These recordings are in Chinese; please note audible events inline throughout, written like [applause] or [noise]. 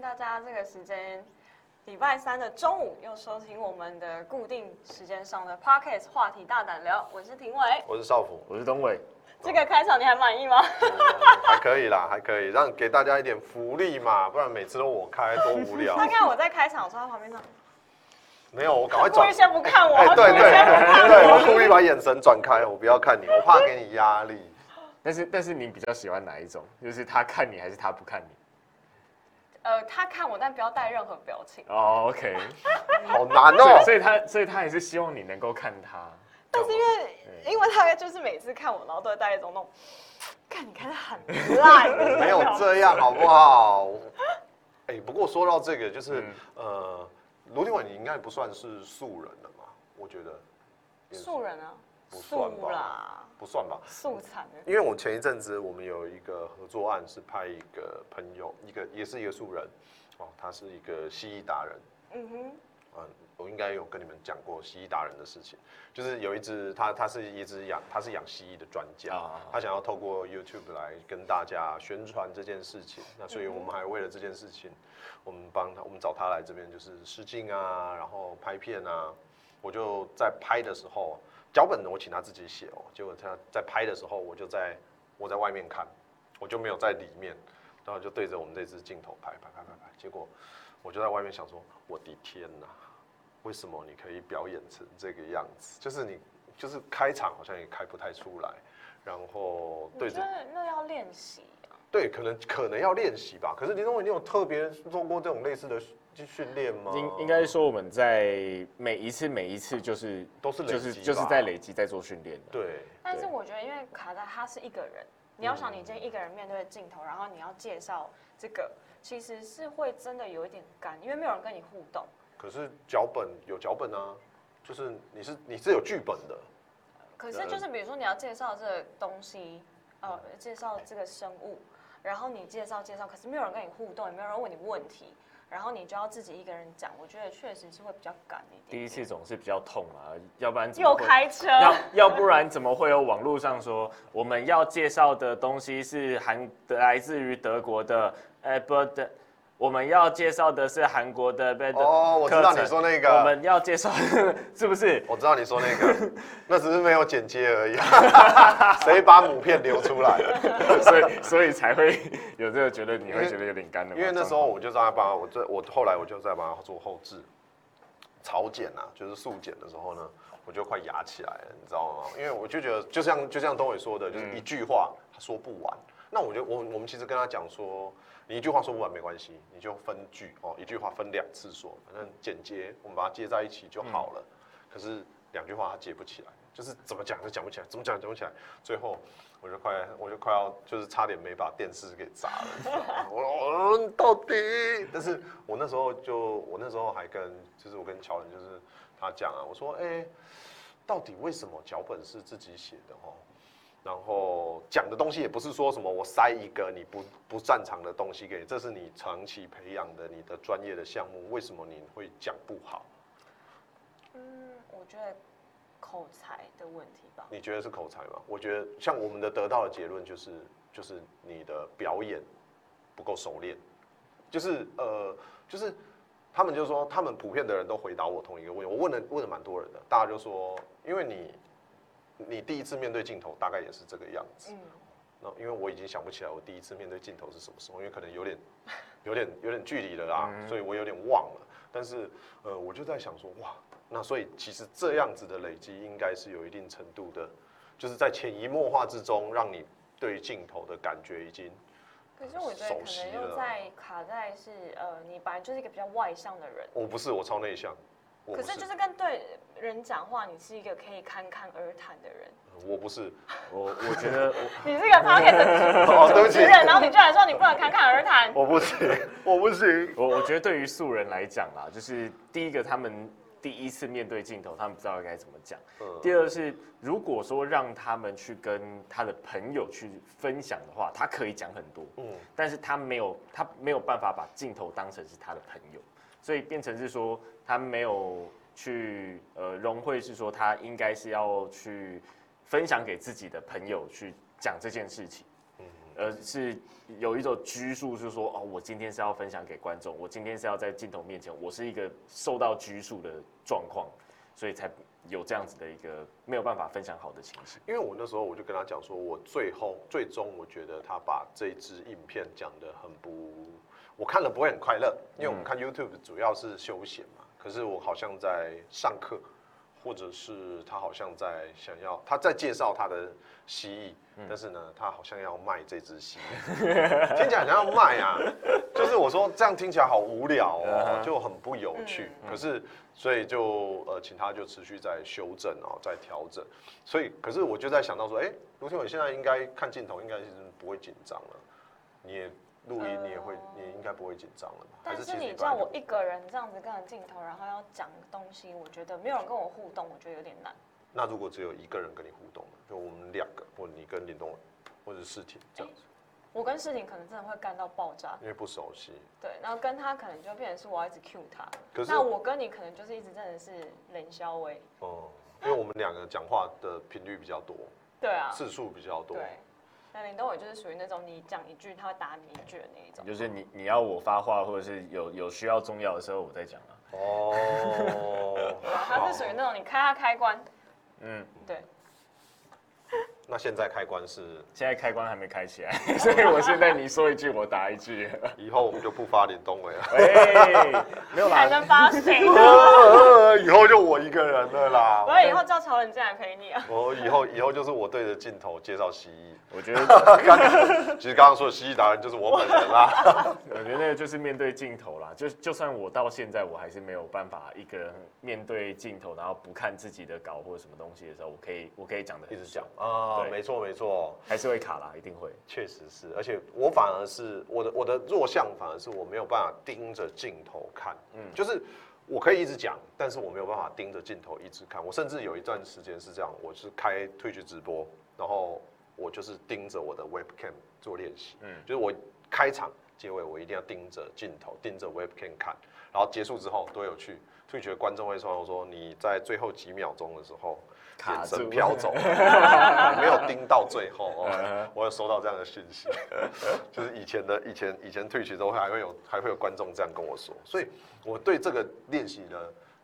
大家这个时间，礼拜三的中午又收听我们的固定时间上的 Podcast 话题大胆聊，我是庭伟。我是少辅，嗯我是东伟，这个开场你还满意吗？ [laughs] 还可以啦，还可以，让给大家一点福利嘛，不然每次都我开，多无聊大。概我在开场的时候，他旁边呢，没有，我赶快故转意。先不看我，哎、他故对意对先不看对对，我故意把眼神转开，我不要看你，我怕给你压力。但是但是你比较喜欢哪一种？就是他看你还是他不看你？呃，他看我，但不要带任何表情。哦、o k 好难所哦、以所以他所以他也是希望你能够看他。但是因为，因为他就是每次看我，然后都会带一种那种，看你看他很烂，没有 [laughs] 这样好不好？哎、不过说到这个，就是、嗯呃，卢定伟你应该不算是素人了嘛？我觉得素人啊，不算素吧，啦，不算吧。素惨的。因为我前一阵子我们有一个合作案，是拍一个朋友，一个也是一个素人，哦，他是一个蜥蜴达人，嗯哼，嗯，我应该有跟你们讲过蜥蜴达人的事情，就是有一只他他是一只养他是养蜥蜴的专家啊，他想要透过 YouTube 来跟大家宣传这件事情，那所以我们还为了这件事情，我们帮他我们找他来这边就是试镜啊，然后拍片啊，我就在拍的时候，脚本我请他自己写哦，结果他在拍的时候，我就在我在外面看，我就没有在里面，然后就对着我们这支镜头拍拍拍拍拍，结果我就在外面想说，我的天呐，为什么你可以表演成这个样子？就是你就是开场好像也开不太出来，然后我对觉着得那要练习啊。对可能可能要练习吧，可是林东伟，你有特别做过这种类似的训训练吗？应应该是说我们在每一次每一次就是都是累积就是吧就是在累积在做训练的。对。但是对我觉得，因为卡在他是一个人，你要想你今天一个人面对镜头，然后你要介绍这个，其实是会真的有一点干，因为没有人跟你互动。可是脚本有脚本啊，就是你是你是有剧本的，可是就是比如说你要介绍这个东西，呃，介绍这个生物，然后你介绍介绍，可是没有人跟你互动，也没有人问你问题，然后你就要自己一个人讲，我觉得确实是会比较赶一点。第一次总是比较痛啊，要不然怎么又会开车，要要不然怎么会有网络上说我们要介绍的东西是韩来自于德国的？哎、不的，我们要介绍的是韩国的。不哦我知道课程你说那个我们要介绍 [laughs] 是不是？我知道你说那个，那只是没有剪接而已，谁把母片流出来？所以所以才会有这个觉得你会觉得有点干的嘛。哦因为那时候我就在帮他，我这我后来我就在帮他做后置，草剪啊，就是速剪的时候呢，我就快牙起来了，你知道吗？因为我就觉得，就像就像东伟说的，就是一句话他说不完。那我就我我们其实跟他讲说，你一句话说不完没关系，你就分句哦，一句话分两次说，反正剪接我们把它接在一起就好了。可是两句话他接不起来，就是怎么讲都讲不起来，怎么讲讲不起来，最后我就快我就快要就是差点没把电视给砸了，你知道吗我我到底？但是我那时候就我那时候还跟就是我跟乔人就是他讲啊，我说哎、到底为什么脚本是自己写的哦？然后讲的东西也不是说什么我塞一个你不不擅长的东西给你，这是你长期培养的你的专业的项目，为什么你会讲不好？嗯，我觉得口才的问题吧。你觉得是口才吗？我觉得像我们的得到的结论就是，就是你的表演不够熟练，就是呃，就是他们就说，他们普遍的人都回答我同一个问题，我问了问了蛮多人的，大家就说，因为你你第一次面对镜头大概也是这个样子，嗯，那因为我已经想不起来我第一次面对镜头是什么时候，因为可能有点有点有点距离了啦，所以我有点忘了。但是呃，我就在想说，哇，那所以其实这样子的累积应该是有一定程度的，就是在潜移默化之中，让你对镜头的感觉已经可是我觉得熟可悉能又了在卡在是呃，你本来就是一个比较外向的人，我不是我超内向，我可不是就是跟对人讲话，你是一个可以侃侃而谈的人。呃我 [laughs] 不是，我我觉得你是一个 podcast [laughs] 哦，对不主起持，哦人，然后你居然说你不能侃侃而谈，我不行，我不行。我我我觉得对于素人来讲啦，就是第一个他们第一次面对镜头，他们不知道该怎么讲。嗯第二是，如果说让他们去跟他的朋友去分享的话，他可以讲很多，嗯，但是他没有他没有办法把镜头当成是他的朋友，所以变成是说他没有去呃融会是说他应该是要去分享给自己的朋友去讲这件事情。而是有一种拘束，是说哦，我今天是要分享给观众，我今天是要在镜头面前，我是一个受到拘束的状况，所以才有这样子的一个没有办法分享好的情形。因为我那时候我就跟他讲说，我最后最终我觉得他把这支影片讲得很不，我看了不会很快乐，因为我们看 YouTube 主要是休闲嘛，可是我好像在上课，或者是他好像在想要他在介绍他的蜥蜴，但是呢，他好像要卖这只蜥蜴，听起来好像要卖啊，就是我说这样听起来好无聊哦，就很不有趣，可是所以就呃，请他就持续在修正哦，在调整。所以，可是我就在想到说，哎、卢天伟现在应该看镜头，应该是不会紧张了。你也录音，你也会，你应该不会紧张了吧？还嗯但是是其实你本来叫就我一个人这样子跟着镜头，然后要讲东西，我觉得没有人跟我互动，我觉得有点难。那如果只有一个人跟你互动呢，就我们两个，或者你跟林东伟，或者世婷这样子，我跟事情可能真的会干到爆炸，因为不熟悉。对，然后跟他可能就变成是我要一直 cue 他，可是那，我跟你可能就是一直真的是冷消微，嗯，因为我们两个讲话的频率比较多，对啊，次数比较多。对。那林东伟就是属于那种你讲一句他会答你一句的那一种，就是你你要我发话，或者是有有需要重要的时候，我再讲啊。哦， [laughs] 他是属于那种你开他开关，嗯，对，那现在开关是，现在开关还没开起来， [laughs] 所以我现在你说一句我答一 [laughs] 句。以后我们就不发林东伟了。哎，没有还啦，能发谁 [laughs] 呢？呃 [laughs] 以后就我一个人了啦。我以后叫曹仁进来陪你啊。我以后以后就是我对着镜头介绍蜥蜴。我觉得 [laughs] 刚刚其实刚刚说的蜥蜴达人就是我本人啦。我觉得就是面对镜头啦，就就算我到现在我还是没有办法一个人面对镜头，然后不看自己的稿或者什么东西的时候，我可以我可以讲的一很直讲爽，啊，对没错没错，还是会卡啦，一定会。确实是。而且我反而是我的我的弱项，反而是我没有办法盯着镜头看。嗯，就是我可以一直讲，但是我没有办法盯着镜头一直看。我甚至有一段时间是这样，我是开退去直播，然后我就是盯着我的 webcam 做练习。嗯，就是我开场、结尾我一定要盯着镜头，盯着 webcam 看，然后结束之后多有趣。退觉得观众会说：“说你在最后几秒钟的时候，卡眼住神飘走，没有盯到最后嗯哦。”我有收到这样的讯息， [laughs] 就是以前的以前以前退学都还会有还会有观众这样跟我说，所以我对这个练习呢，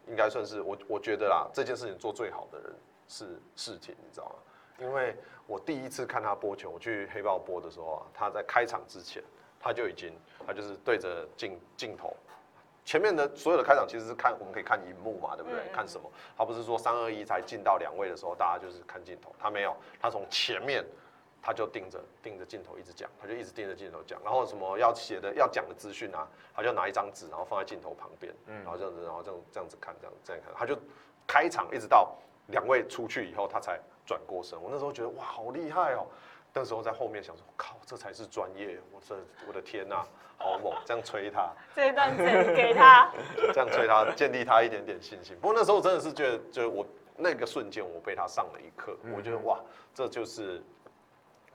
应该算是我我觉得啦，这件事情做最好的人是世婷，你知道吗？因为我第一次看他播球，我去黑豹播的时候啊，他在开场之前，他就已经他就是对着镜镜头，前面的所有的开场其实是看我们可以看荧幕嘛，对不对？嗯嗯看什么？他不是说三二一才进到两位的时候，大家就是看镜头，他没有，他从前面。他就盯着盯着镜头一直讲，他就一直盯着镜头讲，然后什么要写的要讲的资讯啊，他就拿一张纸，然后放在镜头旁边，然后这样子，然后这样这样子看，这样这样看，他就开场一直到两位出去以后，他才转过身。我那时候觉得哇，好厉害哦！那时候在后面想说，靠，这才是专业！我这我的天呐、好猛！这样吹他，这一段自己给他，这样吹他，建立他一点点信心。不过那时候真的是觉得，就是我那个瞬间，我被他上了一课。我嗯觉得哇，这就是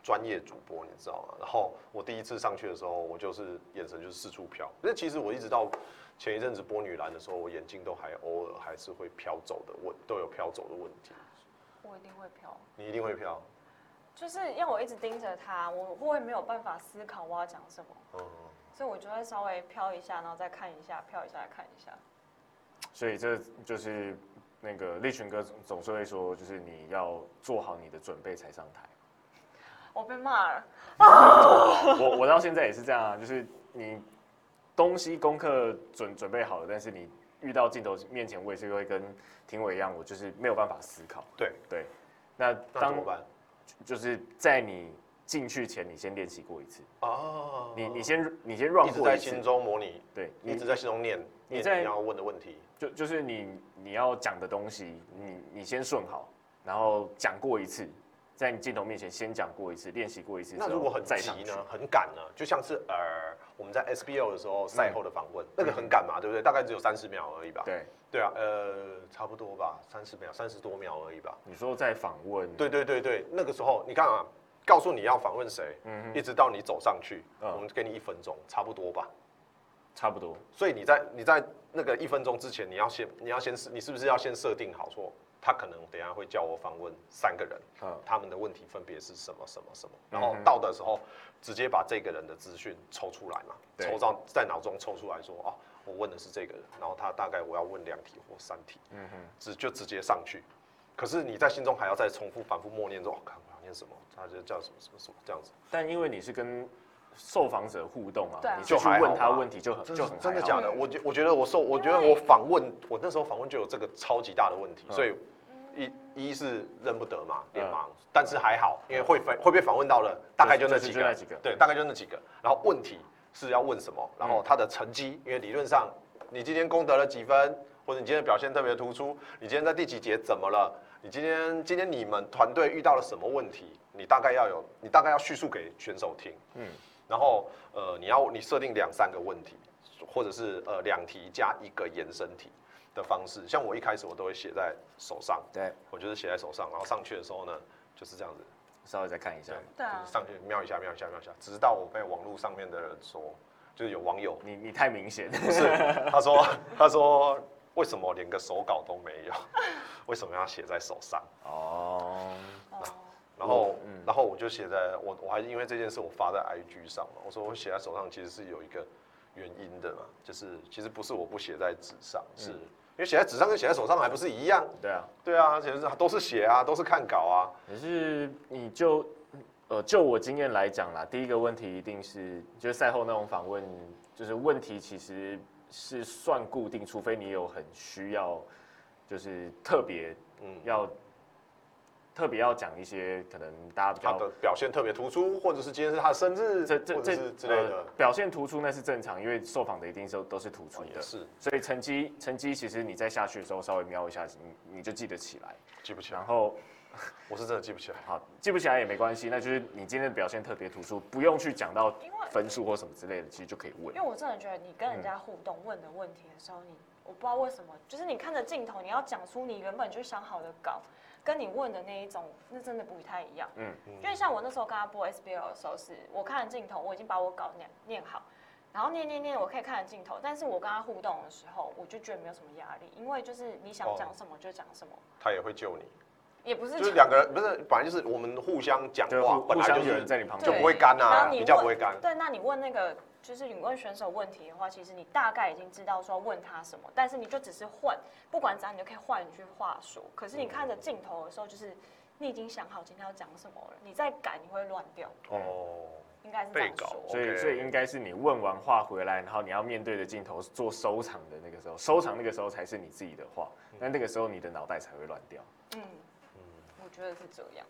专业主播，你知道吗？然后我第一次上去的时候，我就是眼神就是四处飘。那其实我一直到前一阵子播女篮的时候，我眼睛都还偶尔还是会飘走的，我都有飘走的问题。 [laughs] 我一定会飘。你一定会飘，就是要我一直盯着他，我会没有办法思考我要讲什么，嗯，所以我就会稍微飘一下，然后再看一下，飘一下，再看一下。 [laughs] 所以这就是那个立群哥总是会说，就是你要做好你的准备才上台。我被骂了，我我到现在也是这样啊，就是你东西功课准准备好了，但是你遇到镜头面前，我也是会跟庭伟一样，我就是没有办法思考。对对，那那当怎么办？就是在你进去前，你先练习过一次，哦，你你先你先 run 一直过在一次心，中模拟，对，一你直在心中念你念在你要问的问题。就就是你你要讲的东西，你你先顺好，然后讲过一次，在你镜头面前先讲过一次，练习过一次之后，那如果很再急上去呢？？很赶呢？就像是呃，我们在 SBO 的时候赛后的访问，那个很赶嘛，对不对？大概只有三十秒而已吧。嗯对，对啊，呃，差不多吧，三十秒，三十多秒而已吧。你说在访问，对对对对，那个时候你看啊，告诉你要访问谁，一直到你走上去，嗯我们给你一分钟，差不多吧。差不多，所以你在你在那个一分钟之前，你要先你要先你是不是要先设定好说，他可能等一下会叫我访问三个人，嗯他们的问题分别是什么什么什么，然后到的时候直接把这个人的资讯抽出来嘛，对抽到在脑中抽出来说哦，我问的是这个人，然后他大概我要问两题或三题，嗯哼，直就直接上去。可是你在心中还要再重复反复默念说，哦，看我要念什么，他就叫什么什么什么这样子，但因为你是跟受访者互动啊，对啊你就去就还好问他吧问题就很这就是很真的还假好的？我觉我觉得我受，我觉得因为我访问，我那时候访问就有这个超级大的问题，嗯所以一一是认不得嘛，脸嗯盲，但是还好，因为会被会被访问到的大概就那就是几就那个几个，对，大概就那几个。然后问题是要问什么，然后他的成绩，因为理论上你今天功得了几分，或者你今天表现特别突出，你今天在第几节怎么了？你今天今天你们团队遇到了什么问题？你大概要有，你大概要叙述给选手听。嗯然后呃，你要你设定两三个问题，或者是呃两题加一个延伸题的方式。像我一开始我都会写在手上，对，我就是写在手上，然后上去的时候呢，就是这样子，稍微再看一下对对，，啊就是上去瞄一下瞄一下瞄一下，直到我被网络上面的人说，就是有网 [laughs] 友你你太明显，不是，他说 [laughs] 他说为什么连个手稿都没有， [laughs] 为什么要写在手上？哦，哦，然后，嗯然后我就写在我我还因为这件事我发在 IG 上嘛，我说我写在手上其实是有一个原因的嘛，就是其实不是我不写在纸上，嗯是、因为写在纸上跟写在手上还不是一样？对啊，对啊，其实都是写啊，都是看稿啊，可是你就呃，就我经验来讲啦，第一个问题一定是就是赛后那种访问，就是问题其实是算固定，除非你有很需要，就是特别嗯，要特别要讲一些可能大家比他较的表现特别突出，或者是今天是他的生日，这这或者这是之类的呃，表现突出那是正常，因为受访的一定是都是突出哦的也，是所以成绩成绩其实你在下去的时候稍微瞄一下，你你就记得起来。记不起然来，后我是真的记不起来。好记不起来也没关系，那就是你今天的表现特别突出，不用去讲到因为分数或什么之类的，其实就可以问因为。我真的觉得你跟人嗯家互动问的问题的时候，你我不知道为什么，就是你看着镜头，你要讲出你原本就想好的稿，跟你问的那一种，那真的不太一样。嗯，因为像我那时候跟他播 SBL 的时候是，我看着镜头，我已经把我稿念念好，然后念念念，我可以看着镜头，但是我跟他互动的时候，我就觉得没有什么压力，因为就是你想讲什么就讲什么，他也会救你，也不是哦就是两个人不是，本来就是我们互相讲就话互，本互来相就有人是在你旁对就边，不会干然啊，后你比较问不会干。对，那你问那个就是你问选手问题的话，其实你大概已经知道说问他什么，但是你就只是换，不管怎样你就可以换一句话说。可是你看嗯着镜头的时候，就是你已经想好今天要讲什么了，你再改你会乱掉，哦，应该是这样被搞说。所以 OK 所以应该是你问完话回来，然后你要面对着镜头做收场的那个时候，收场那个时候才是你自己的话，嗯但那个时候你的脑袋才会乱掉。嗯，我觉得是这样。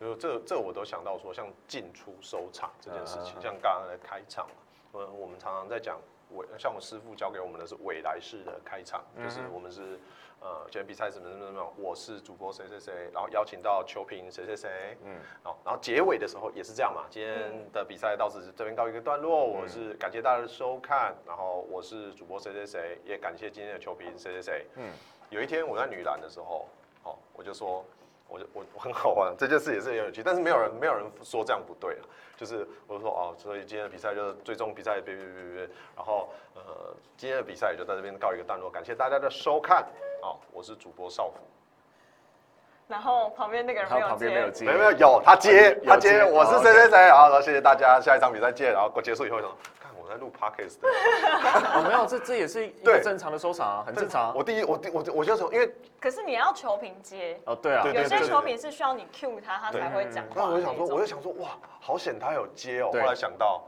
呃，这这我都想到说，像进出收场这件事情，嗯像刚刚的开场嘛，呃，我们常常在讲未，像我师傅教给我们的是未来式的开场，就是嗯我们是呃，今天比赛什么什么什么，我是主播谁谁谁，然后邀请到球评谁谁谁，嗯，好，然后结尾的时候也是这样嘛，今天的比赛到此这边告一个段落，我是感谢大家的收看，然后我是主播谁谁谁，也感谢今天的球评谁谁谁，嗯嗯，有一天我在女篮的时候，哦，我就说。我就我我很好玩，这件事也是很有趣，但是没有人没有人说这样不对了，啊就是我就说哦，所以今天的比赛就是最终比赛，别别别别别，然后呃，今天的比赛也就在这边告一个段落，感谢大家的收看，好、我是主播少辅，然后旁边那个人然后没有旁边没有接，接，没有没有哎有他接有他接，接我是哦谁谁谁，好，然后谢谢大家，下一场比赛见，然后结束以后我想，看我在录 podcast 的。哦，没有，这这也是一个对正常的收场啊，很正常啊。我第一，我第我我就从，因为可是你要球评接。哦，对啊，对有对些对球评是需要你 cue 他，他对才会讲话那那我种。就想说，我就想说，哇，好险他有接哦。后对来想到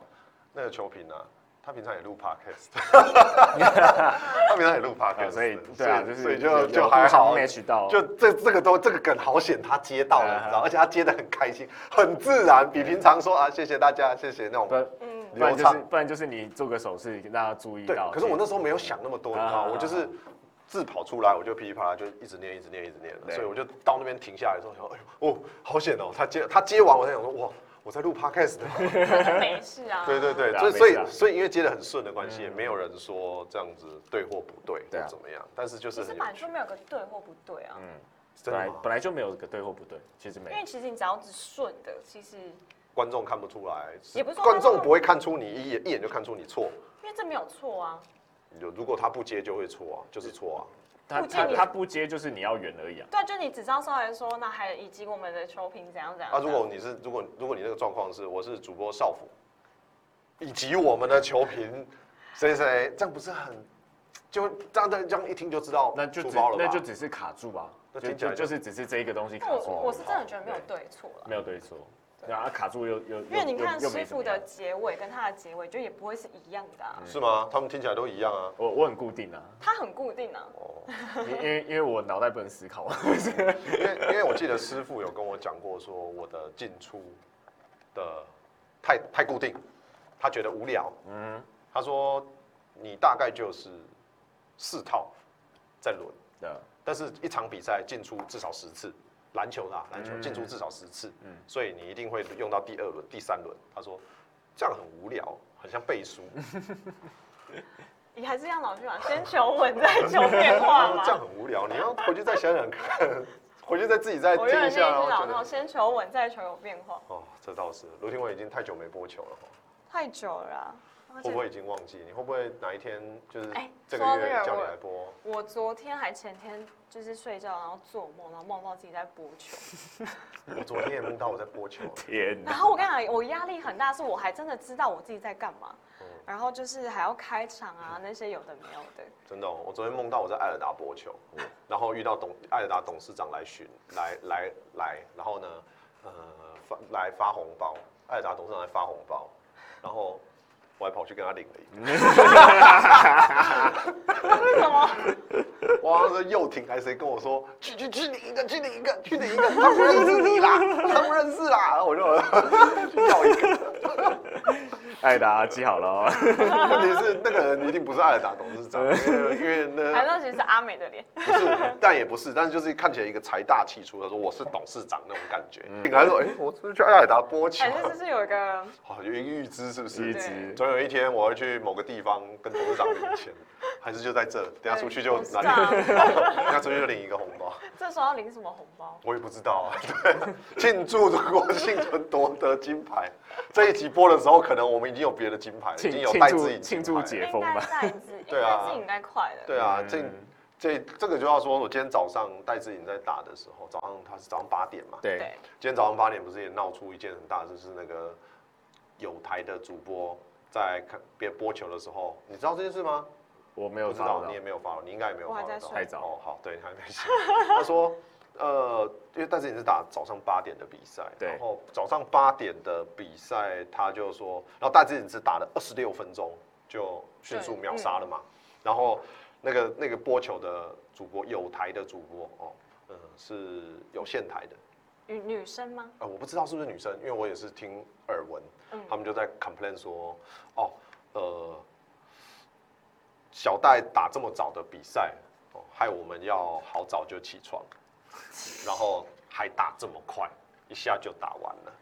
那个球评啊，他平常也录 podcast，他平常也录 podcast，啊，所以对啊，就是哦所以有就有就互还相好， match 到，就这这个都这个梗好险他接到了，你知道，哦嗯而且他接的很开心，很自然，比平常说啊谢谢大家，谢谢那种不。然嗯，不然就流是畅不然就是你做个手势让他注意对到。，可是我那时候没有想那么多，你知道啊吗，我就是字跑出来，我就噼里啪啦就一直念，一直念，一直念了，对所以我就到那边停下来的时候，想说，哎呦，哦，好险哦，他接他接完，我才想说，哇，我在录 podcast [laughs] 呢。可能没事啊。 [laughs] 对对对，对啊所以没所事啊嗯以所以因为接的很顺的关系，也没有人说这样子对或不对对啊或怎么样，但是就其是实很本来有趣就，没有个对或不对啊，真本来的吗？本来就没有个对或不对，其实没因有为。其实你只要是顺的，其实因观众看不出来，也不是说观众不会看出你一眼一眼就看出你错，为这没有错啊。有如果他不接就会错啊，就是错啊，他不接他你他不接就是你要圆而已啊。对，就你只知道上来说，那还以及我们的球评怎样怎样。啊，如果你是如果如果你那个状况是我是主播少辅，以及我们的球评谁谁谁，这样不是很就这样这样一听就知道那就出只包了吧？那就只是卡住啊，那就听起来就就就是只是这一个东西卡但我住。我是真的觉得没有对错了。没有对错，对啊，卡住又又因为你看又又师没怎傅么的样。结尾跟他的结尾就也不会是一样的、啊，是吗？他们听起来都一样啊。我我很固定啊，他很固定啊。哦，因因为因为我脑袋不能思考，因为因为我记得师傅有跟我讲过，说我的进出的太太固定，他觉得无聊。嗯，他说你大概就是四套在轮，对啊， [laughs] 但是一场比赛进出至少十次，篮球啦，篮球嗯进出至少十次，嗯所以你一定会用到第二轮、第三轮。他说这样很无聊，很像背 [laughs] 书，你还是让老师讲，先求稳再求变化嘛这。样很无聊，你要回去再想想看， [laughs] 回去再自己再听我认一为那下，然句后老觉套，得先求稳再求有变化，哦，这倒是卢廷伟已经太久没 [laughs] 播球了哦。太久了啦、而且会不会已经忘记？你会不会哪一天就是哎这个说到月这个叫你我来播？我昨天还前天就是睡觉，然后做梦，然后梦到自己在播球，我昨天也梦到我在 [laughs] 播球，天然后我跟你讲，我压力很大，是我还真的知道我自己在干嘛，嗯然后就是还要开场啊 [laughs] 那些有的没有的，真的哦、我昨天梦到我在艾尔达播球，然后遇到董艾尔达董事长来巡，来来来，然后呢，呃，发来发红包，艾尔达董事长来发红包，然后我还跑去跟他领了一为什么？ [laughs] 个，哇，那幼婷还是谁跟我说，去去去领一个，去领一个，去领一个，他不认识你啦，他不认识啦，然后我就 [laughs] 要一个，艾达记好了哦，问题是那个人一定不是艾尔达董事长，因为因为那还是其实是阿美的 [laughs] 脸，不是， [laughs] 但也不是，但是就是看起来一个财大气粗，他说我是董事长那种感觉。嗯醒来说，哎、我是不是去艾尔达播球哎，，这就是有一个好有一个预知是不一是？直总有一天我要去某个地方跟董事长领 [laughs] 钱，还是就在这？等下出去就哎董事拿长领，等下出去就领一个红包， [laughs] 这时候要领什么红包？我也不知道啊。对，庆祝中国幸存夺得金牌，这一集播的时候，可能我们已经有别的金牌了，已庆经有庆戴祝资颖金庆牌祝节解封应吧该在职，对啊应该是应该快的。对啊，嗯这这这个就要说，我今天早上戴志颖在打的时候，早上他是早上八点嘛，对对，今天早上八点不是也闹出一件很大的事，就是那个有台的主播在看别人播球的时候，你知道这件事吗？我没不有知抓到道，你也没有发，你应该也没有我发还到在。睡太早哦，好，对，你还没醒。他说，呃，因为戴志颖是打早上八点的比赛，对然后早上八点的比赛，他就说，然后戴志颖只打了二十六分钟，就迅速嗯秒杀了嘛。然后那个那个播球的主播，有台的主播哦，嗯、是有线台的，女女生吗？呃，我不知道是不是女生，因为我也是听耳闻，嗯他们就在 complain 说，哦，呃，小戴打这么早的比赛，哦，害我们要好早就起床，然后还打这么快，一下就打完了，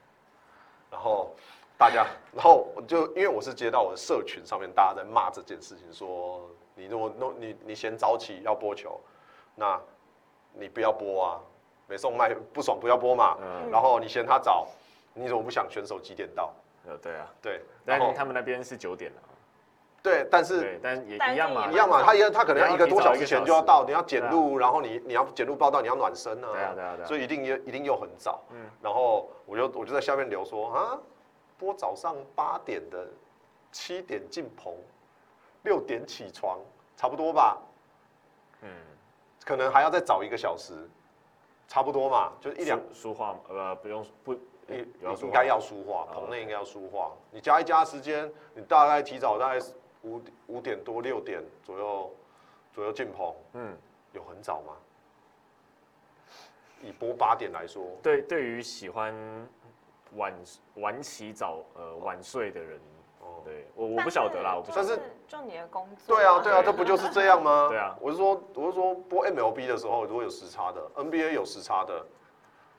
然后大家，然后我就因为我是接到我的社群上面大家在骂这件事情，说你如果弄你你嫌早起要播球，那你不要播啊，没送卖不爽不要播嘛，嗯然后你嫌他早，你怎么不想选手几点到？呃对啊，对，然但后是他们那边是九点了，对，但是对，但也但一样嘛，是一样嘛，他一样，他可能要你一个要多提早小时一个前小就要时啊到，你要检录，然后你你要检录报道，你要暖身啊，对啊对啊对啊所以一定又一定又很早，嗯然后我就我就在下面留说啊，播早上八点的，七点进棚，六点起床，差不多吧，嗯，可能还要再早一个小时，差不多嘛，就一两书话嘛呃不用不你有哎要说应话该要梳化，哦棚内应该要梳化。你加一加时间，你大概提早大概五五点多六点左右左右进棚，嗯。有很早吗？以播八点来说，对，对于喜欢晚晚起早呃晚睡的人，哦，对我我不晓得啦，我不就晓但得是。就你的工作。对啊，对对啊，这不就是这样吗？ [laughs] 对啊我是说，我是说播 MLB 的时候，如果有时差的，NBA 有时差的，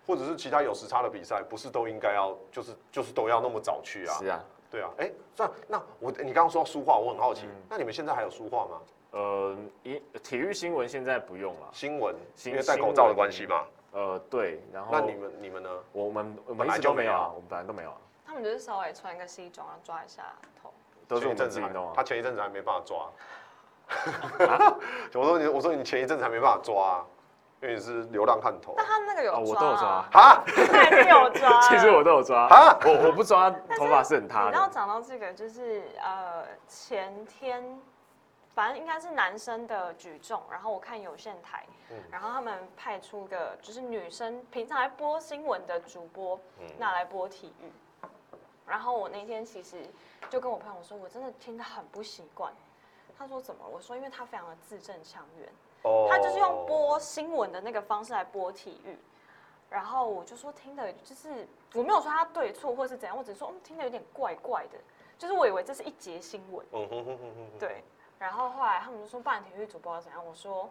或者是其他有时差的比赛，不是都应该要就是就是都要那么早去啊？是啊，对啊，哎、算那我你刚刚说到书画，我很好奇，嗯那你们现在还有书画吗？呃，一体育新闻现在不用了，新闻，新因为戴口罩的关系嘛。呃，对，然后那你们你们呢？我们我本们来一直都就没没有有啊啊，我们本来都没有啊，他们就是稍微穿一个西装，然后抓一下头。都是前我们一阵自子己还弄他啊， [laughs] 前一阵子还没办法抓，我说你，我说你前一阵子还没办法抓、啊，因为你是流浪汉头但他那个有哦我抓都有啊，啊他还是有抓啊。 [laughs] 其实我都有抓，啊！我我不抓， [laughs] 头发是很你塌知道的。讲到这个，就是呃前天，反正应该是男生的举重，然后我看有线台，然后他们派出个就是女生平常来播新闻的主播，拿来播体育。然后我那天其实就跟我朋友说，我真的听得很不习惯。他说怎么了？我说因为他非常的字正腔圆，哦他就是用播新闻的那个方式来播体育，然后我就说听的，就是我没有说他对错或是怎样，我只是说嗯听的有点怪怪的，就是我以为这是一节新闻，嗯哼哼哼哼，对，然后后来他们就说办体育主播要怎样，我说嗯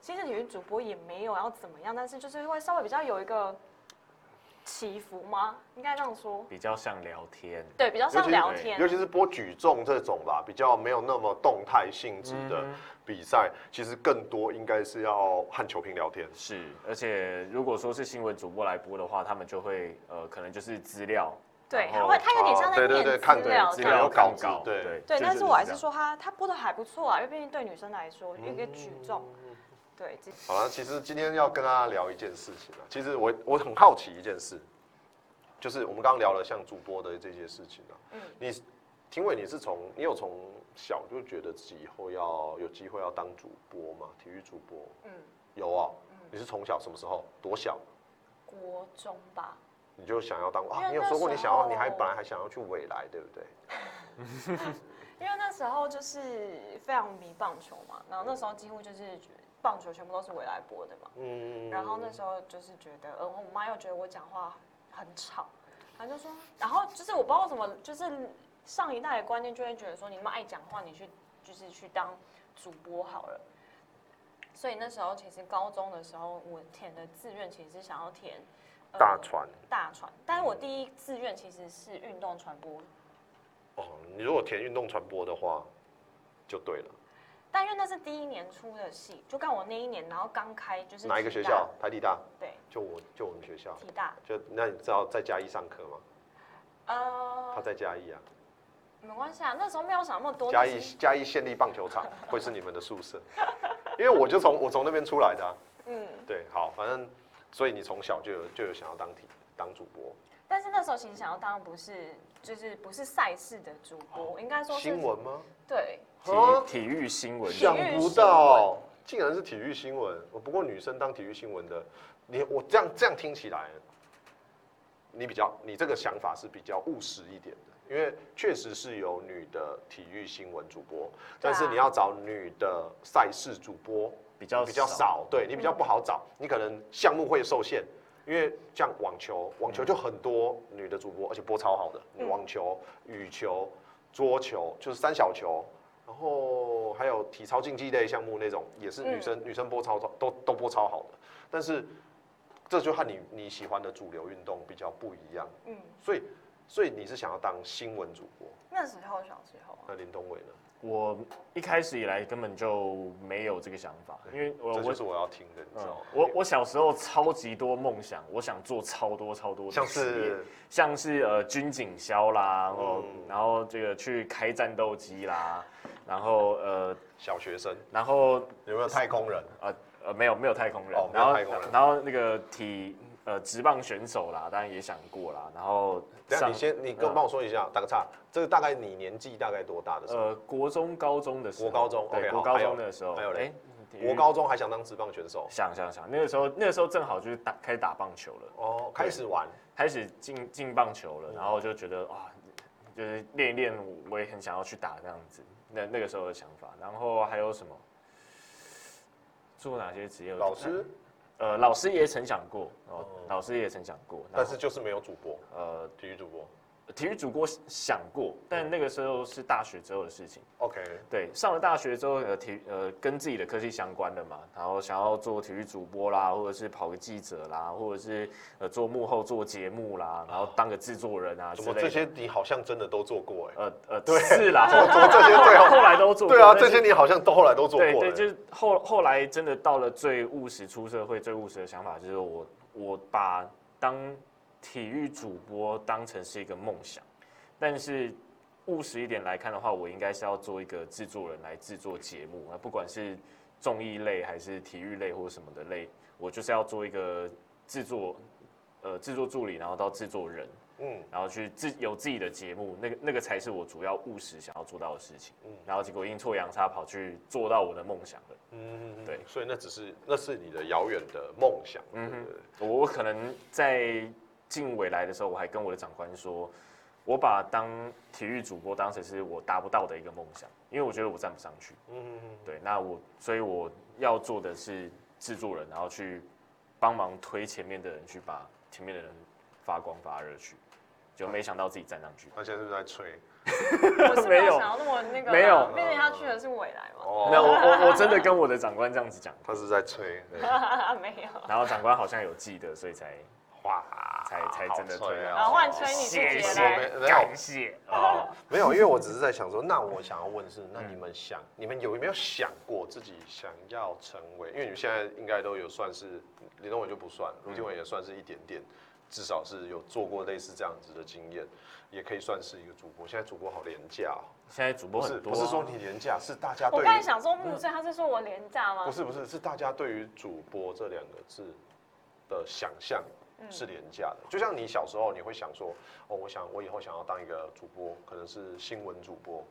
其实体育主播也没有要怎么样，但是就是会稍微比较有一个起伏吗？应该这样说，比较像聊天，对，比较尤像其聊对天尤，其是播举重这种吧，比较没有那么动态性质的嗯比赛，其实更多应该是要和球评聊天。是，而且如果说是新闻主播来播的话，他们就会呃，可能就是资料，对，然他后会他有点像哦在对对念对资看料资这对样有料子。稿看子稿，对对，但是我还是，就这样说他他播的嗯还不错啊，因为毕竟对女生来说，一个举重，对，其好了，其实今天要跟大家聊一件事情啊，其实我我很好奇一件事，就是我们刚刚聊了像主播的这些事情啊，嗯你廷伟你是从你有从小就觉得自己以后要有机会要当主播吗？体育主播嗯，有啊、你是从小什么时候多小国中吧，你就想要当因啊？为你有那说过时你想要，候你还本来还想要去未来，对不对？因为那时候就是非常迷棒球嘛，然后那时候几乎就是棒球全部都是我来播的嘛，嗯然后那时候就是觉得，呃，我妈又觉得我讲话很吵，她就说，然后就是我不知道怎么，就是上一代的观念就会觉得说，你那么爱讲话，你去就是去当主播好了。所以那时候其实高中的时候，我填的志愿其实是想要填、呃大船大传，但是我第一志愿其实是运动传播，哦，你如果填运动传播的话，就对了。但因为那是第一年出的戏，就刚我那一年，然后刚开就是哪一个体学大校？？台体大，对，就我就我们学校。体大，就那你知道在嘉义上课吗？他呃，在嘉义啊，没关系啊，那时候没有想那么多，嘉但义是嘉义县立棒球场会是你们的宿舍，因为我就从我从那边出来的、啊。嗯，对，好，反正所以你从小就有就有想要当体当主播，但是那时候其实想要当不是就是不是赛事的主播，应该说是哦哦新闻吗？对，啊体体育新闻，想不到，竟然是体育新闻。我不过女生当体育新闻的，你我这样这样听起来，你比较你这个想法是比较务实一点的，因为确实是有女的体育新闻主播，但是你要找女的赛事主播比较比较，少，对你比较嗯不好找，你可能项目会受限。因为像网球，网球就很多女的主播，而且播超好的。嗯网球、羽球、桌球，就是三小球，然后还有体操竞技类项目那种，也是嗯女生、女生播超超都都播超好的。但是这就和你你喜欢的主流运动比较不一样，嗯，所以所以你是想要当新闻主播？那时候小时 [laughs] 候啊，那林东伟呢？我一开始以来根本就没有这个想法，因为我这就我是我要听的，你知道嗯吗？我我小时候超级多梦想，我想做超多超多的像职业是像是呃军警消啦，然后、嗯然后这个去开战斗机啦，然后呃小学生，然后有没有太空人？呃呃没有没有太空人，哦没有然后太空人然后那个体呃职棒选手啦，当然也想过啦，然后等一下你先，你跟嗯帮我说一下，打个岔，这个大概你年纪大概多大的时候？呃国中高中的时候，国高中对 OK，国好高还有中的时候，还有嘞诶体育国高中还想当职棒选手？想想想，那个时候那个时候正好就是打开始打棒球了。哦，开始玩，开始进进棒球了，然后就觉得哇，就是练一练，我也很想要去打这样子。那那个时候的想法，然后还有什么？做哪些职业？老师，呃，老师也曾想过哦，哦老师也曾想过，然但后是就是没有主播，呃，体育主播。体育主播想过，但那个时候是大学之后的事情。 OK，对，上了大学之后，呃，体呃跟自己的科技相关的嘛，然后想要做体育主播啦，或者是跑个记者啦，或者是呃做幕后做节目啦，然后当个制作人啊之啊怎类么的。这些你好像真的都做过 [laughs] 哎？呃呃，对，是 [laughs] 啦，怎么这些对后 [laughs] 啊？来都做过，对啊，但这是些你好像都后来都做对过对，了。就是后后来真的到了最务实出社会最务实的想法，就是我我把当体育主播当成是一个梦想，但是务实一点来看的话，我应该是要做一个制作人来制作节目啊，不管是综艺类还是体育类或什么的类，我就是要做一个制作，呃，制作助理，然后到制作人，嗯，然后去自有自己的节目，那个那个才是我主要务实想要做到的事情。嗯然后结果阴错阳差跑去做到我的梦想了。嗯，对所以那只是那是你的遥远的梦想，对嗯不哼对？我我可能在进未来的时候，我还跟我的长官说，我把当体育主播当成是我达不到的一个梦想，因为我觉得我站不上去。嗯嗯对，那我所以我要做的是制作人，然后去帮忙推前面的人，去把前面的人发光发热去。就没想到自己站上去，他现在是不是在吹？我是没没有有想要那么那个啦，没有毕竟他去的是未来嘛。哦那我我我真的跟我的长官这样子讲，他是在 [laughs] 吹，对啊没有。然后长官好像有记得，所以才哇，才才真的好推吹啊啊！换吹你自己谢的谢来没没有感谢哦，没有，因为我只是在想说，那我想要问是，那嗯你们想，你们有没有想过自己想要成为？因为你们现在应该都有算是林东伟就不算，卢建伟也算是一点点，至少是有做过类似这样子的经验，也可以算是一个主播。现在主播好廉价、哦，现在主播不是很多啊，不是说你廉价，是大家我对刚才于想说，嗯，所以他是说我廉价吗？不是不是是大家对于主播这两个字的想象嗯是廉价的。就像你小时候，你会想说，哦，我想我以后想要当一个主播，可能是新闻主播、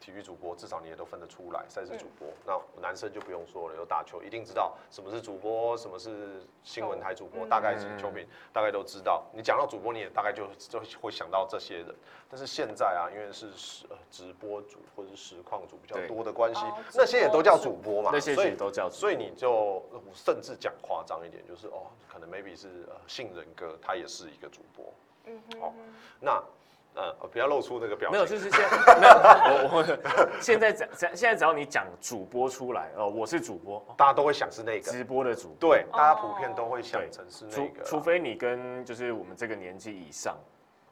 体育主播，至少你也都分得出来，赛事主播。嗯那男生就不用说了，有打球一定知道什么是主播，什么是新闻台主播，嗯大概是球评，大概都知道。你讲到主播，你也大概就就会想到这些人。但是现在啊，因为是实呃直播主或者是实况主比较对多的关系哦，那些也都叫主播嘛，那些所以其实都叫主播所以你就甚至讲夸张一点，就是哦，可能 maybe 是呃杏仁哥，他也是一个主播。嗯哼好哼那呃，呃不要露出那个表情。没有，就是现在没有我我现在只只现在只要你讲主播出来哦，我是主播，哦大家都会想是那个。直播的主播，对，哦大家普遍都会想成是那除个啦。除非你跟就是我们这个年纪以上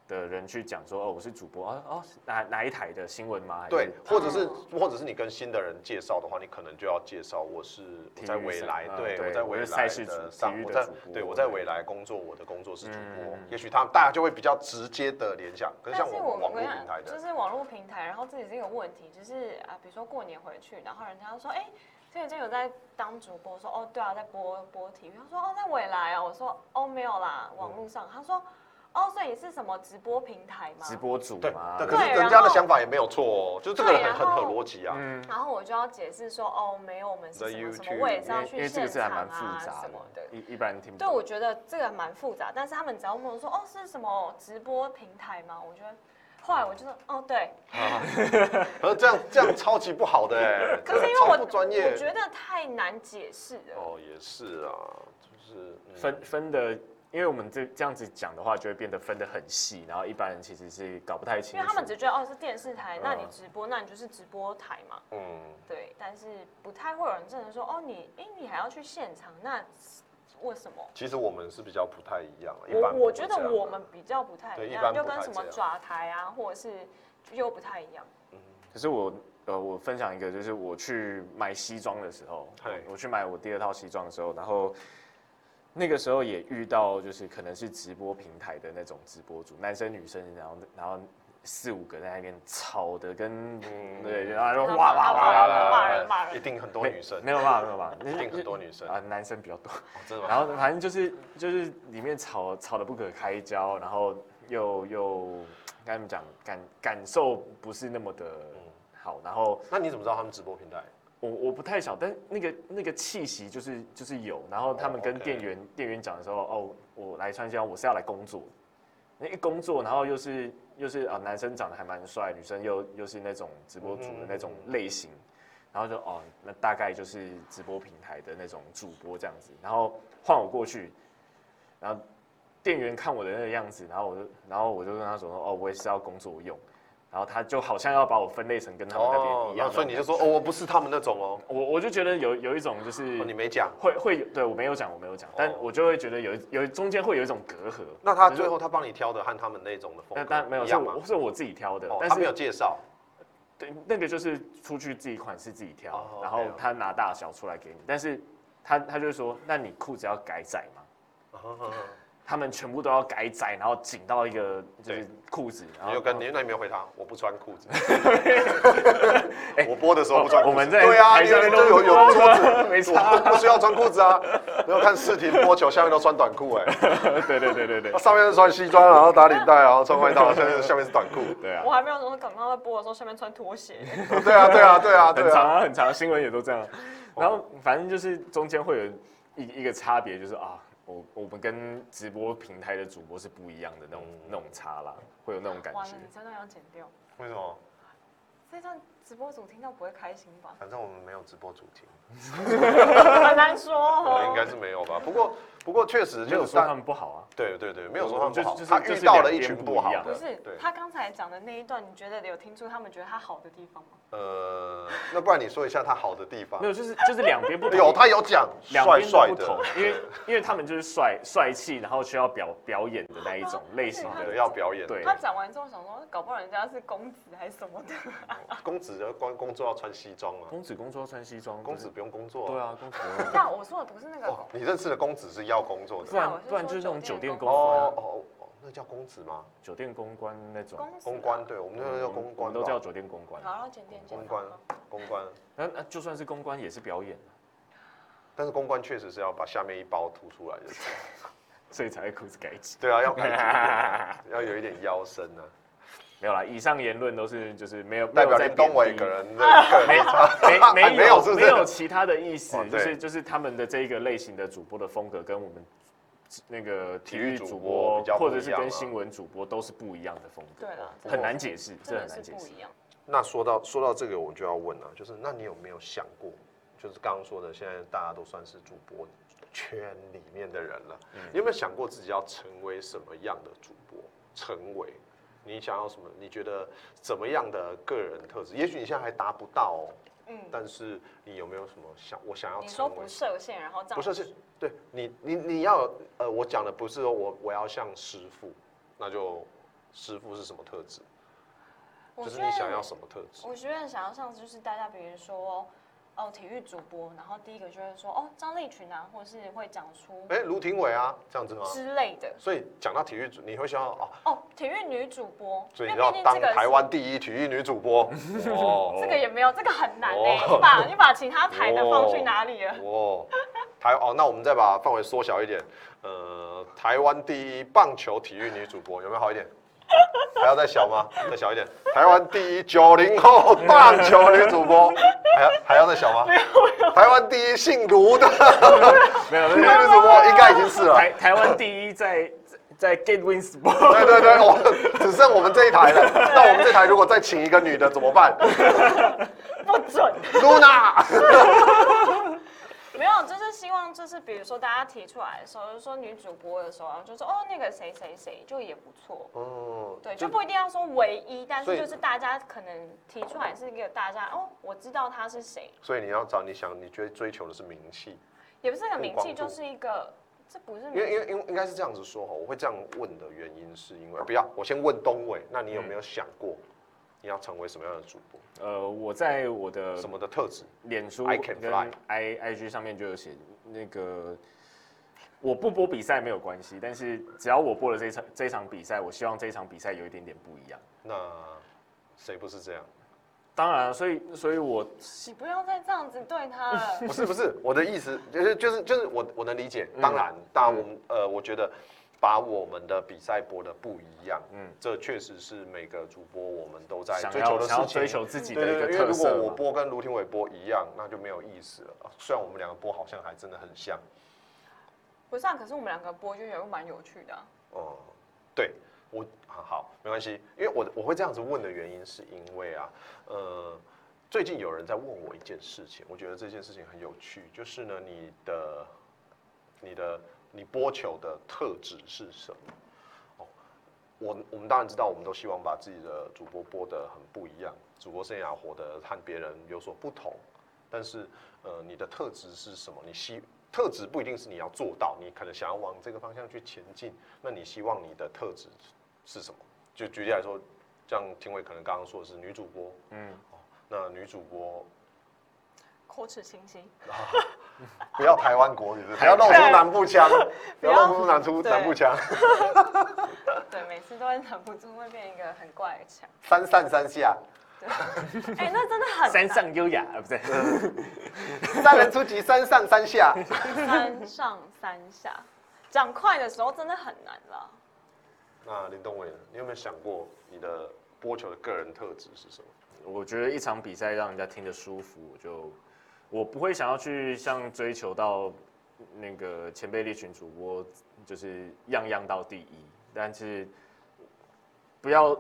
的人去讲说哦，我是主播哦哦哪哪一台的新闻吗？还是对，或者哦是或者是你跟新的人介绍的话，你可能就要介绍我是我体育在未来生，啊对对我在我未来是赛事的主体上，育我的在主播对我在未来工作，我的工作是主播嗯。也许他们大家就会比较直接的联想，可是但像是我我们网们络跟你平台讲，就的，是网络平台，然后这也是一个问题，就是啊，比如说过年回去，然后人家说，哎、这个就有在当主播，说哦，对啊，在播播体育。他说哦，在未来啊，我说哦，没有啦，网络上。他说哦，所以你是什么直播平台吗？直。播主对嘛，，但对可是人然家后的想法也没有错哦，就是这个对很很然合后逻辑啊。嗯，然后我就要解释说，哦，没有，我们是在什么什 YouTube 么，我也是因要为因去为这个现字还场蛮啊复杂什的么的。，一一般人听不对，懂。我觉得这个蛮复杂，但是他们只要问我说，哦，是什么直播平台吗？我觉得，后来我就说，哦，对，可是这样这样超级不好的哎， [laughs] 可是因为超我不专业我。觉得太难解释了。哦，也是啊，就是嗯分分的，因为我们这这样子讲的话，就会变得分得很细，然后一般人其实是搞不太清楚。因为他们只觉得哦是电视台，那你嗯直播，那你就是直播台嘛，嗯。对。但是不太会有人真的说哦你，哎、你还要去现场，那为什么？其实我们是比较不太一样，啊一般我不我会觉这得样我啊们比较不太对一一样，般就不跟太什么这样抓台啊，或者是又不太一样。可是我呃，我分享一个，就是我去买西装的时候嗨，我去买我第二套西装的时候，然后那个时候也遇到，就是可能是直播平台的那种直播主，男生女生，然后然后四五个在那边吵的跟、嗯对，然后然后就哇哇骂哇人骂哇哇，人骂人一定很多没女生，没有办法没有办法，一定很多女生啊，男生比较多。哦真的吗？然后反正就是就是里面吵吵得不可开交，然后又又该怎么讲感感受不是那么的好，然后那你怎么知道他们直播平台？我我不太晓，但那个那个气息就是就是有，然后他们哦跟，OK 店员、店员讲的时候，哦，我来川西我是要来工作，那一工作，然后又是又是啊，男生长得还蛮帅，女生又又是那种直播主的那嗯种类型，然后就哦，那大概就是直播平台的那种主播这样子，然后换我过去，然后店员看我的那个样子，然后我就然后我就跟他说，哦，我也是要工作用。然后他就好像要把我分类成跟他们那边一样，那啊所以你就说哦，我不是他们那种哦，我我就觉得有有一种就是哦你没讲。会会有对我没有讲我没有讲，但我就会觉得有有中间会有一种隔阂。那他就是最后他帮你挑的和他们那种的风但格嗯但没有一是样吗我？是我自己挑的，哦，但他没是有介 [laughs] 绍。对那个就是出去自己款式自己挑，哦然后 OK，OK 他拿大小出来给你，但是他他就会说那你裤子要改窄吗？哦哦哦他们全部都要改窄，然后紧到一个就是对裤子，然你后哦就跟你那你没有回他，我不穿 [laughs] 裤子。哎我播的时候不穿裤子。哦我们在对啊，台你上面就有有都桌子， [laughs] 没我差，不需要穿裤子 [laughs] 啊。没有看视频播球，下面都穿短裤哎、对对对对对那上面是穿西装，然后打领带，然后穿外套，下面下面是短裤。对啊我，还没有说感冒在播的时候下面穿拖鞋， [laughs] 对啊，对啊，对啊， [laughs] 很对长啊。啊很长，新闻也都这样。然后反正就是中间会有一一个差别，就是啊，我我们跟直播平台的主播是不一样的那种那种差啦，会有那种感完觉了，。你真的要剪掉。为什么？？这段直播组听到不会开心吧反正我们没有直播主题， [laughs] 很难 [laughs] 说我应哦。该是没有吧。不过不过确实没有就是说他大，们不好啊，对对对，没有说他们不好就是，他就是遇到两了一边群不不一好样的不是对，他刚才讲的那一段，你觉得有听出他们觉得他好的地方吗？呃，那不然你说一下他好的地方没？有就是就是两边不同。有，哎他有讲两帅边都帅不的同，，因为因为他们就是帅帅气，然后需要表表演的那一种类型对对 [laughs] 的。要表演。对他讲完之后想说，搞不好人家是公子还是什么的。哦公子的工工作要穿西装嘛，公子工作要穿西装，公子不用工作。对。啊，公子不 [laughs] 用但我说的不是那个哦公，，你认识的公子是要工作不的。啊然我是不然就是那说种酒酒店店公公关哦啊、哦哦，那叫公子吗？酒店公关那种。公子公关，对我们那个叫公嗯我关哦们吧，都叫酒店公关。好，然后剪点剪公剪关好，公关。那那就算是公关也是表演啊， [laughs] 但是公关确实是要把下面一包凸出来的，所以才会裤子改紧。对啊，要改 [laughs] 进一点要有一点腰身啊，没有啦，以上言论都是就是没有代表没有在林东伟贬低个人的个 [laughs] 人差，[laughs] 没没有没有是不是没有其他的意思哦，就对是就是他们的这一个类型的主播的风格跟我们那个体育体主育主播播比较不一样或啊者是跟新闻主播都是不一样的风格，对啦，很难解释，真这很的难是解不释一。样。那说到说到这个，我就要问了、就是那你有没有想过，就是刚刚说的，现在大家都算是主播圈里面的人了，你有没有想过自己要成为什么样的主播？成为你想要什么？你觉得怎么样的个人特质？也许你现在还达不到哦，嗯，但是你有没有什么想我想要你说成为不？设限，然后这样不是是，对你你你要有呃，我讲的不是说我我要像师傅，那就师傅是什么特质？我就是觉你想得要什么特质？我觉得想要上就是大家比如说哦体育主播，然后第一个就会说哦张立群啊，或者是会讲出哎，卢廷伟啊，这样子吗？之类的所以讲到体育主，你会想要哦，哦体育女主播，所以因你为要毕竟当这个台湾第一体育女主播哦这个也没有这个很难哦哎、你 [laughs] 把你把其他台的放去哪里了？哦，台哦，那我们再把范围缩小一点，呃，台湾第一棒球体育女主播有没有好 [laughs] 一点？还要再小吗？再小一点，台湾第一九零后棒球女 [laughs] 主播，还要还要再小吗？台湾第一姓卢的没有，体育没有啊女主播应该已经是了。台台湾第一在在在 Get Win Sport，对对对，我只剩我们这一 [laughs] 台了。那我们这台如果再请一个女的怎么办？不准， Luna，没有，就是希望就是比如说大家提出来的时候，就是说女主播的时候，然后就说哦那个谁谁谁就也不错，哦， [laughs] 对，就不一定要说唯一，但所是以就是大家可能提出来是一个大家哦我知道他是谁，所以你要找你想，你觉得追求的是名气，也不是很名气，曝光就度是一个这不是因为名因为因为应该是这样子说哈，我会这样问的原因是因为不要，我先问东伟，那你有没有想过你要成为什么样的主播， [laughs] 呃，我在我的什么的特质？脸书 I can 跟 fly I I G 上面就有写那个，我不播比赛没有关系，但是只要我播了这一场这一场比赛，我希望这一场比赛有一点点不一样。那谁不是这样？当然，啊所以所以我你不要再这样子对他了。不是不是，我的意思就是就是就是我我能理解，嗯当然，当然我们呃，我觉得把我们的比赛播的不一样，嗯，这确实是每个主播我们都在想追求要的想要事追情。求自己的对一对个对，因为特如果色我嘛。播跟卢廷伟播一样，那就没有意思了。虽然我们两个播好像还真的很像，不是啊，可是我们两个播就有蛮有趣的啊、哦、对我啊好没关系，因为我我会这样子问的原因是因为啊，呃，最近有人在问我一件事情，我觉得这件事情很有趣，就是呢，你的你的你播球的特质是什么？哦，我我们当然知道，我们都希望把自己的主播播得很不一样，主播生涯活得和别人有所不同。但是，呃，你的特质是什么？你希特质不一定是你要做到，你可能想要往这个方向去前进。那你希望你的特质是什么？就举例来说，像廷伟可能刚刚说的是女主播，嗯，那女主播口齿清晰，不要台湾国语，不要弄出南部腔，不要弄出南出对南部腔，对，每次都会忍不住会变一个很怪的 [laughs] 腔。三上三下，哎、那真的很山难上优雅啊，不对，三人出击，三上三下。三上三下，讲快的时候真的很难了。 [laughs] 那林东伟呢，你有没有想过你的播球的个人特质是什么？我觉得一场比赛让人家听得舒服，我就我不会想要去像追求到那个前辈力群主播，就是样样到第一，但是不要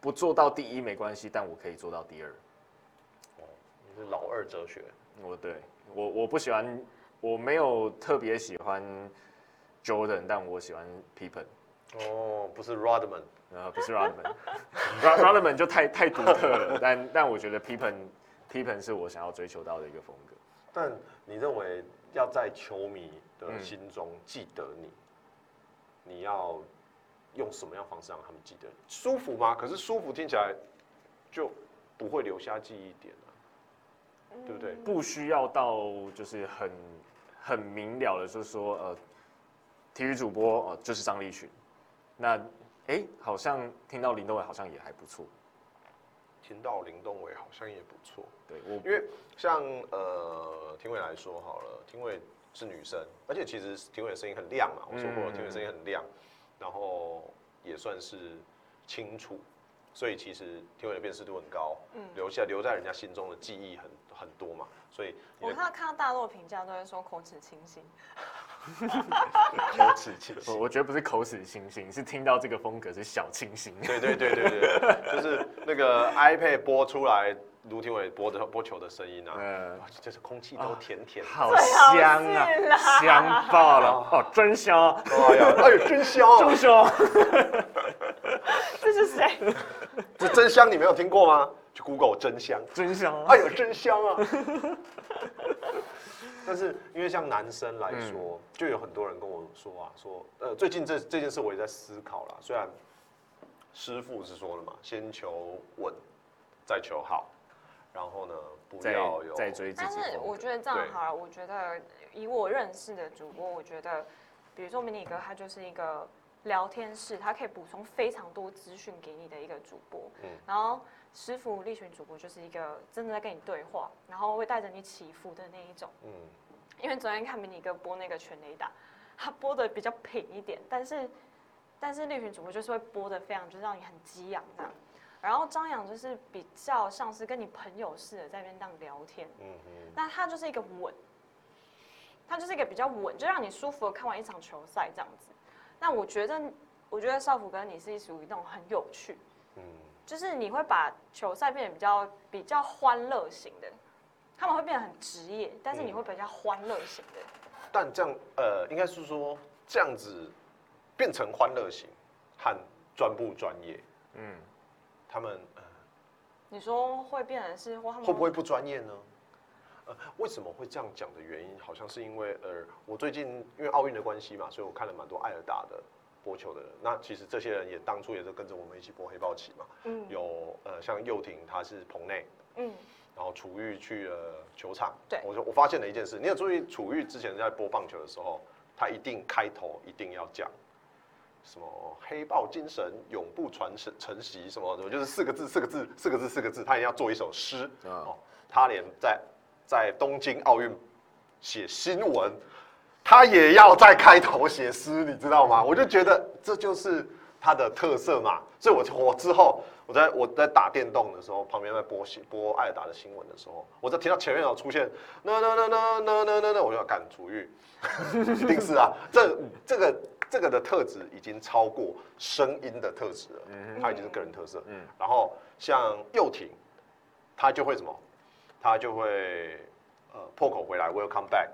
不做到第一没关系，但我可以做到第二。你是老二哲学，我对我我不喜欢，我没有特别喜欢 Jordan，但我喜欢 Pippen。哦，不是 Rodman，呃，不是 [laughs] Rodman，Rodman 就太太独特了，但但我觉得 Pippen Pippen 是我想要追求到的一个风格。但你认为要在球迷的心中记得你，你要用什么样方式让他们记得你？舒服吗？可是舒服听起来就不会留下记忆点啊，对不对？嗯不需要到就是很很明了的，就是说呃，体育主播哦、呃就是张立群，那哎、诶好像听到林东伟好像也还不错，听到林东伟好像也不错，对我因为像呃庭伟来说好了，庭伟是女生，而且其实庭伟的声音很亮嘛，我说过了嗯庭伟声音很亮，然后也算是清楚，所以其实庭伟的辨识度很高，嗯留下留在人家心中的记忆很很多嘛，所以你我的看看到大陆的评价都会说口齿清新，口齿清我晰。我觉得不是口齿清新，是听到这个风格是小清新。对对对对对，就是那个 iPad 播出来卢庭伟播的播球的声音啊，呃，哇就是空气都甜甜的。好好香是啊，啦香爆了，哦，真香，哎呀，哎呦，真香啊！真香。这是谁？这真香你没有听过吗？去 Google 真香，真香啊！ [laughs] 哎呦真香 [laughs] 啊！但是因为像男生来说，嗯就有很多人跟我说啊，说呃最近这这件事我也在思考啦。虽然师傅是说了嘛，先求稳，再求好，然后呢不再要有再追自但己是我风格，觉得这样对好了，我觉得以我认识的主播，我觉得，比如说迷你哥，他就是一个聊天室，他可以补充非常多资讯给你的一个主播。嗯然后师傅立群主播就是一个真的在跟你对话，然后会带着你起伏的那一种。嗯因为昨天看迷你哥播那个全雷打，他播的比较平一点，但是但是绿群主播就是会播的非常，就是让你很激昂这样。然后张扬就是比较像是跟你朋友似的在那边这样聊天，嗯嗯那他就是一个稳，他就是一个比较稳，就让你舒服的看完一场球赛这样子。那我觉得，我觉得少辅哥你是属于那种很有趣，嗯，就是你会把球赛变得比较比较欢乐型的，他们会变得很职业，但嗯是你会比较欢乐型的。但这样呃应该是说这样子变成欢乐型和专不专业，嗯，他们。呃你说会变成是或他们会不会不专业呢？呃，为什么会这样讲的原因，好像是因为呃，我最近因为奥运的关系嘛，所以我看了蛮多艾尔达的播球的人。那其实这些人也当初也是跟着我们一起播黑豹旗嘛，嗯有呃像佑廷他是棚内，嗯然后楚玉去了球场。对我就我发现了一件事，你有注意楚玉之前在播棒球的时候，他一定开头一定要讲。什么黑豹精神永不传承承袭什么什么，就是四个字四个字四个字四个字，他一定要做一首诗。啊哦，他连在在东京奥运写新闻，他也要在开头写诗，你知道吗？我就觉得这就是他的特色嘛。所以我我之后我在我在打电动的时候，旁边在播新播艾尔达的新闻的时候，我在听到前面有出现那那那那那那那那，我就要赶足浴， [laughs] 一定是啊，这这个。这个的特质已经超过声音的特质了，它已经是个人特色。嗯，然后像幼婷，他就会什么？他就会呃破口回来，welcome back。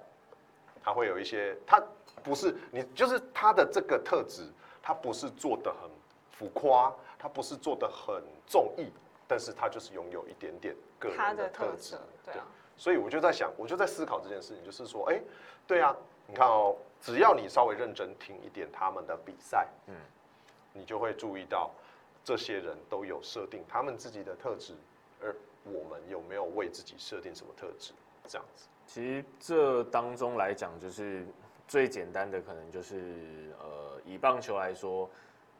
他会有一些，他不是你，就是他的这个特质，他不是做的很浮夸，他不是做的很综艺，但是他就是拥有一点点个他人的特特质色。，对啊，所以我就在想，我就在思考这件事情，就是说，哎、对啊，你看哦，只要你稍微认真听一点他们的比赛，嗯，你就会注意到这些人都有设定他们自己的特质，而我们有没有为自己设定什么特质？这样子。其实这当中来讲，就是最简单的，可能就是呃，以棒球来说，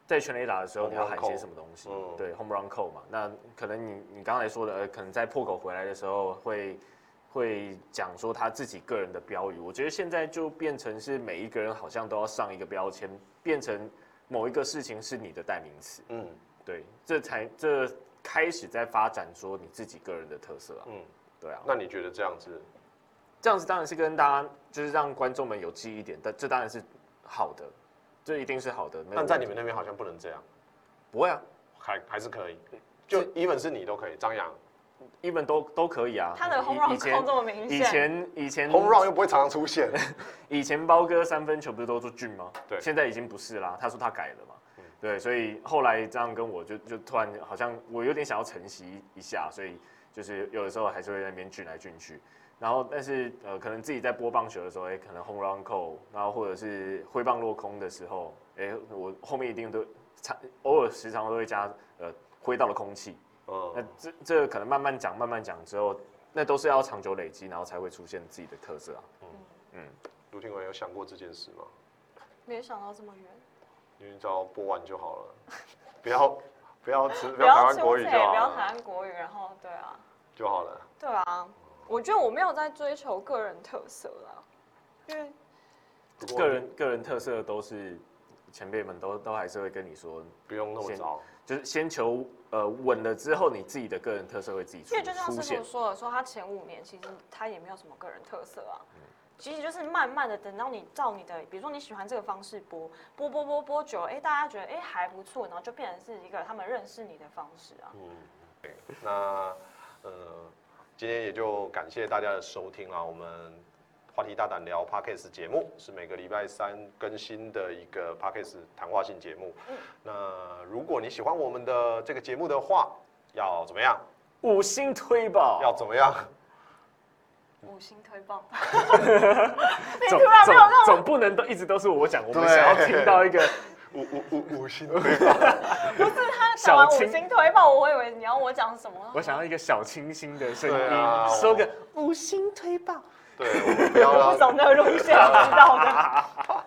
在全垒打的时候， Home 你要喊 run 些 call 什么东西？嗯对，home run call 嘛。那可能你你刚才说的，呃，可能在破口回来的时候会会讲说他自己个人的标语。我觉得现在就变成是每一个人好像都要上一个标签，变成某一个事情是你的代名词。嗯对，这才这开始在发展说你自己个人的特色啊。嗯，对啊。那你觉得这样子？这样子当然是跟大家就是让观众们有记忆点，但这当然是好的，这一定是好的。没有但在问你题们那边好像不能这样，不会啊还还是可以。就 even 是你都可以，张扬，even 都都可以啊。他的以 home run 以前控这么明以显，前以前 home run 又不会常常出现。以前包哥三分球不是都是俊吗？对现在已经不是啦，他说他改了嘛。对，所以后来这样跟我就就突然好像我有点想要承袭一下，所以就是有的时候还是会在那边俊来俊去。然后，但是呃，可能自己在播棒球的时候，哎，可能 home run call，然后或者是挥棒落空的时候，哎，我后面一定都常偶尔时常都会加呃挥到了空气。那 [laughs] 嗯，这这个可能慢慢讲，慢慢讲之后，那都是要长久累积，然后才会出现自己的特色啊。卢廷文有想过这件事吗？没想到这么远，因为只要播完就好了，不要不要吃不不要台要湾出国语彩就不要好台了湾国语，然后对啊，就好了。对啊，我觉得我没有在追求个人特色啦，因为不过个人个人特色都是前辈们都都还是会跟你说，不用那么先早，就是先求呃稳了之后，你自己的个人特色会自己出因为就像出师现傅。说的，说他前五年其实他也没有什么个人特色啊。嗯其实就是慢慢的，等到你照你的，比如说你喜欢这个方式播，播播播播久了，哎、大家觉得哎、还不错，然后就变成是一个他们认识你的方式啊。嗯，对。那呃，今天也就感谢大家的收听啊，我们。话题大胆聊 Podcast 节目是每个礼拜三更新的一个 Podcast 谈话性节目。嗯那如果你喜欢我们的这个节目的话，要怎么样？五星推爆，要怎 [laughs] 么样？五星推爆， [laughs] 总啊总总不能都一直都是我讲，我们对想要听到 [laughs] 一个五五五五星推爆！他讲小完五清星推爆，我以为你要我讲什么。我想要一个小清新的声对啊音，说个五星推爆。对，我们不要我让不走那个路 [laughs] 线，我知道的。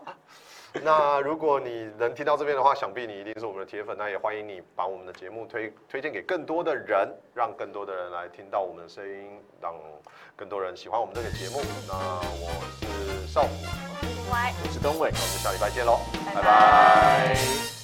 [laughs] 那如果你能听到这边的话，想必你一定是我们的铁粉。那也欢迎你把我们的节目推推荐给更多的人，让更多的人来听到我们的声音，让更多人喜欢我们这个节目。那我是少虎，歪。我是东伟，我们下礼拜见喽，拜拜拜拜。